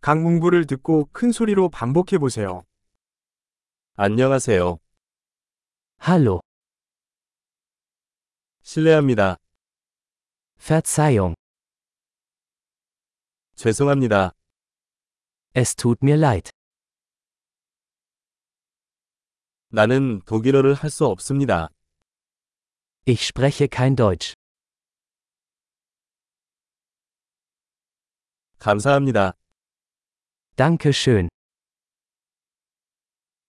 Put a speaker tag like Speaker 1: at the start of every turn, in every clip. Speaker 1: 각 문구를 듣고 큰 소리로 반복해 보세요.
Speaker 2: 안녕하세요.
Speaker 3: Hallo,
Speaker 2: 실례합니다.
Speaker 3: Verzeihung,
Speaker 2: 죄송합니다.
Speaker 3: es tut mir leid.
Speaker 2: 나는 독일어를 할 수 없습니다.
Speaker 3: Ich spreche kein Deutsch.
Speaker 2: 감사합니다.
Speaker 3: Danke schön.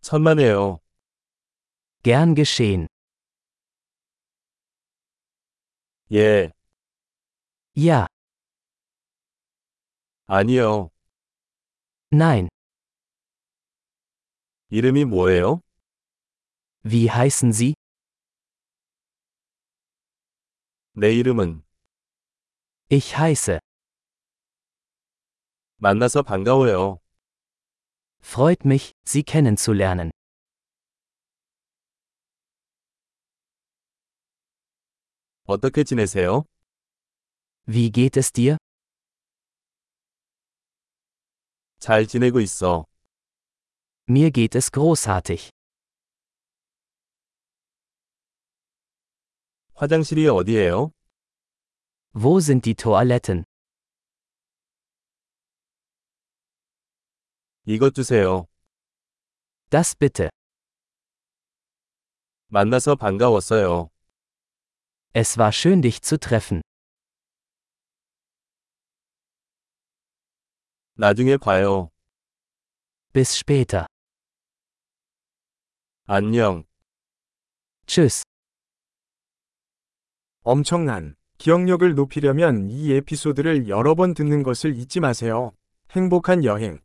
Speaker 2: 천만에요.
Speaker 3: Gern geschehen.
Speaker 2: 예,
Speaker 3: Ja,
Speaker 2: 아니요.
Speaker 3: nein.
Speaker 2: 이름이 뭐예요?
Speaker 3: Wie heißen Sie?
Speaker 2: 내 이름은
Speaker 3: Ich heiße.
Speaker 2: 만나서 반가워요.
Speaker 3: Freut mich, Sie kennenzulernen.
Speaker 2: 어떻게 지내세요?
Speaker 3: Wie geht es dir?
Speaker 2: 잘 지내고 있어.
Speaker 3: Mir geht es großartig.
Speaker 2: 화장실이 어디예요?
Speaker 3: Wo sind die Toiletten?
Speaker 2: 이것 주세요.
Speaker 3: Das bitte.
Speaker 2: 만나서 반가웠어요.
Speaker 3: Es war schön, dich zu treffen.
Speaker 2: 나중에 봐요.
Speaker 3: Bis später.
Speaker 2: 안녕.
Speaker 3: Tschüss.
Speaker 1: 엄청난 기억력을 높이려면 이 에피소드를 여러 번 듣는 것을 잊지 마세요. 행복한 여행.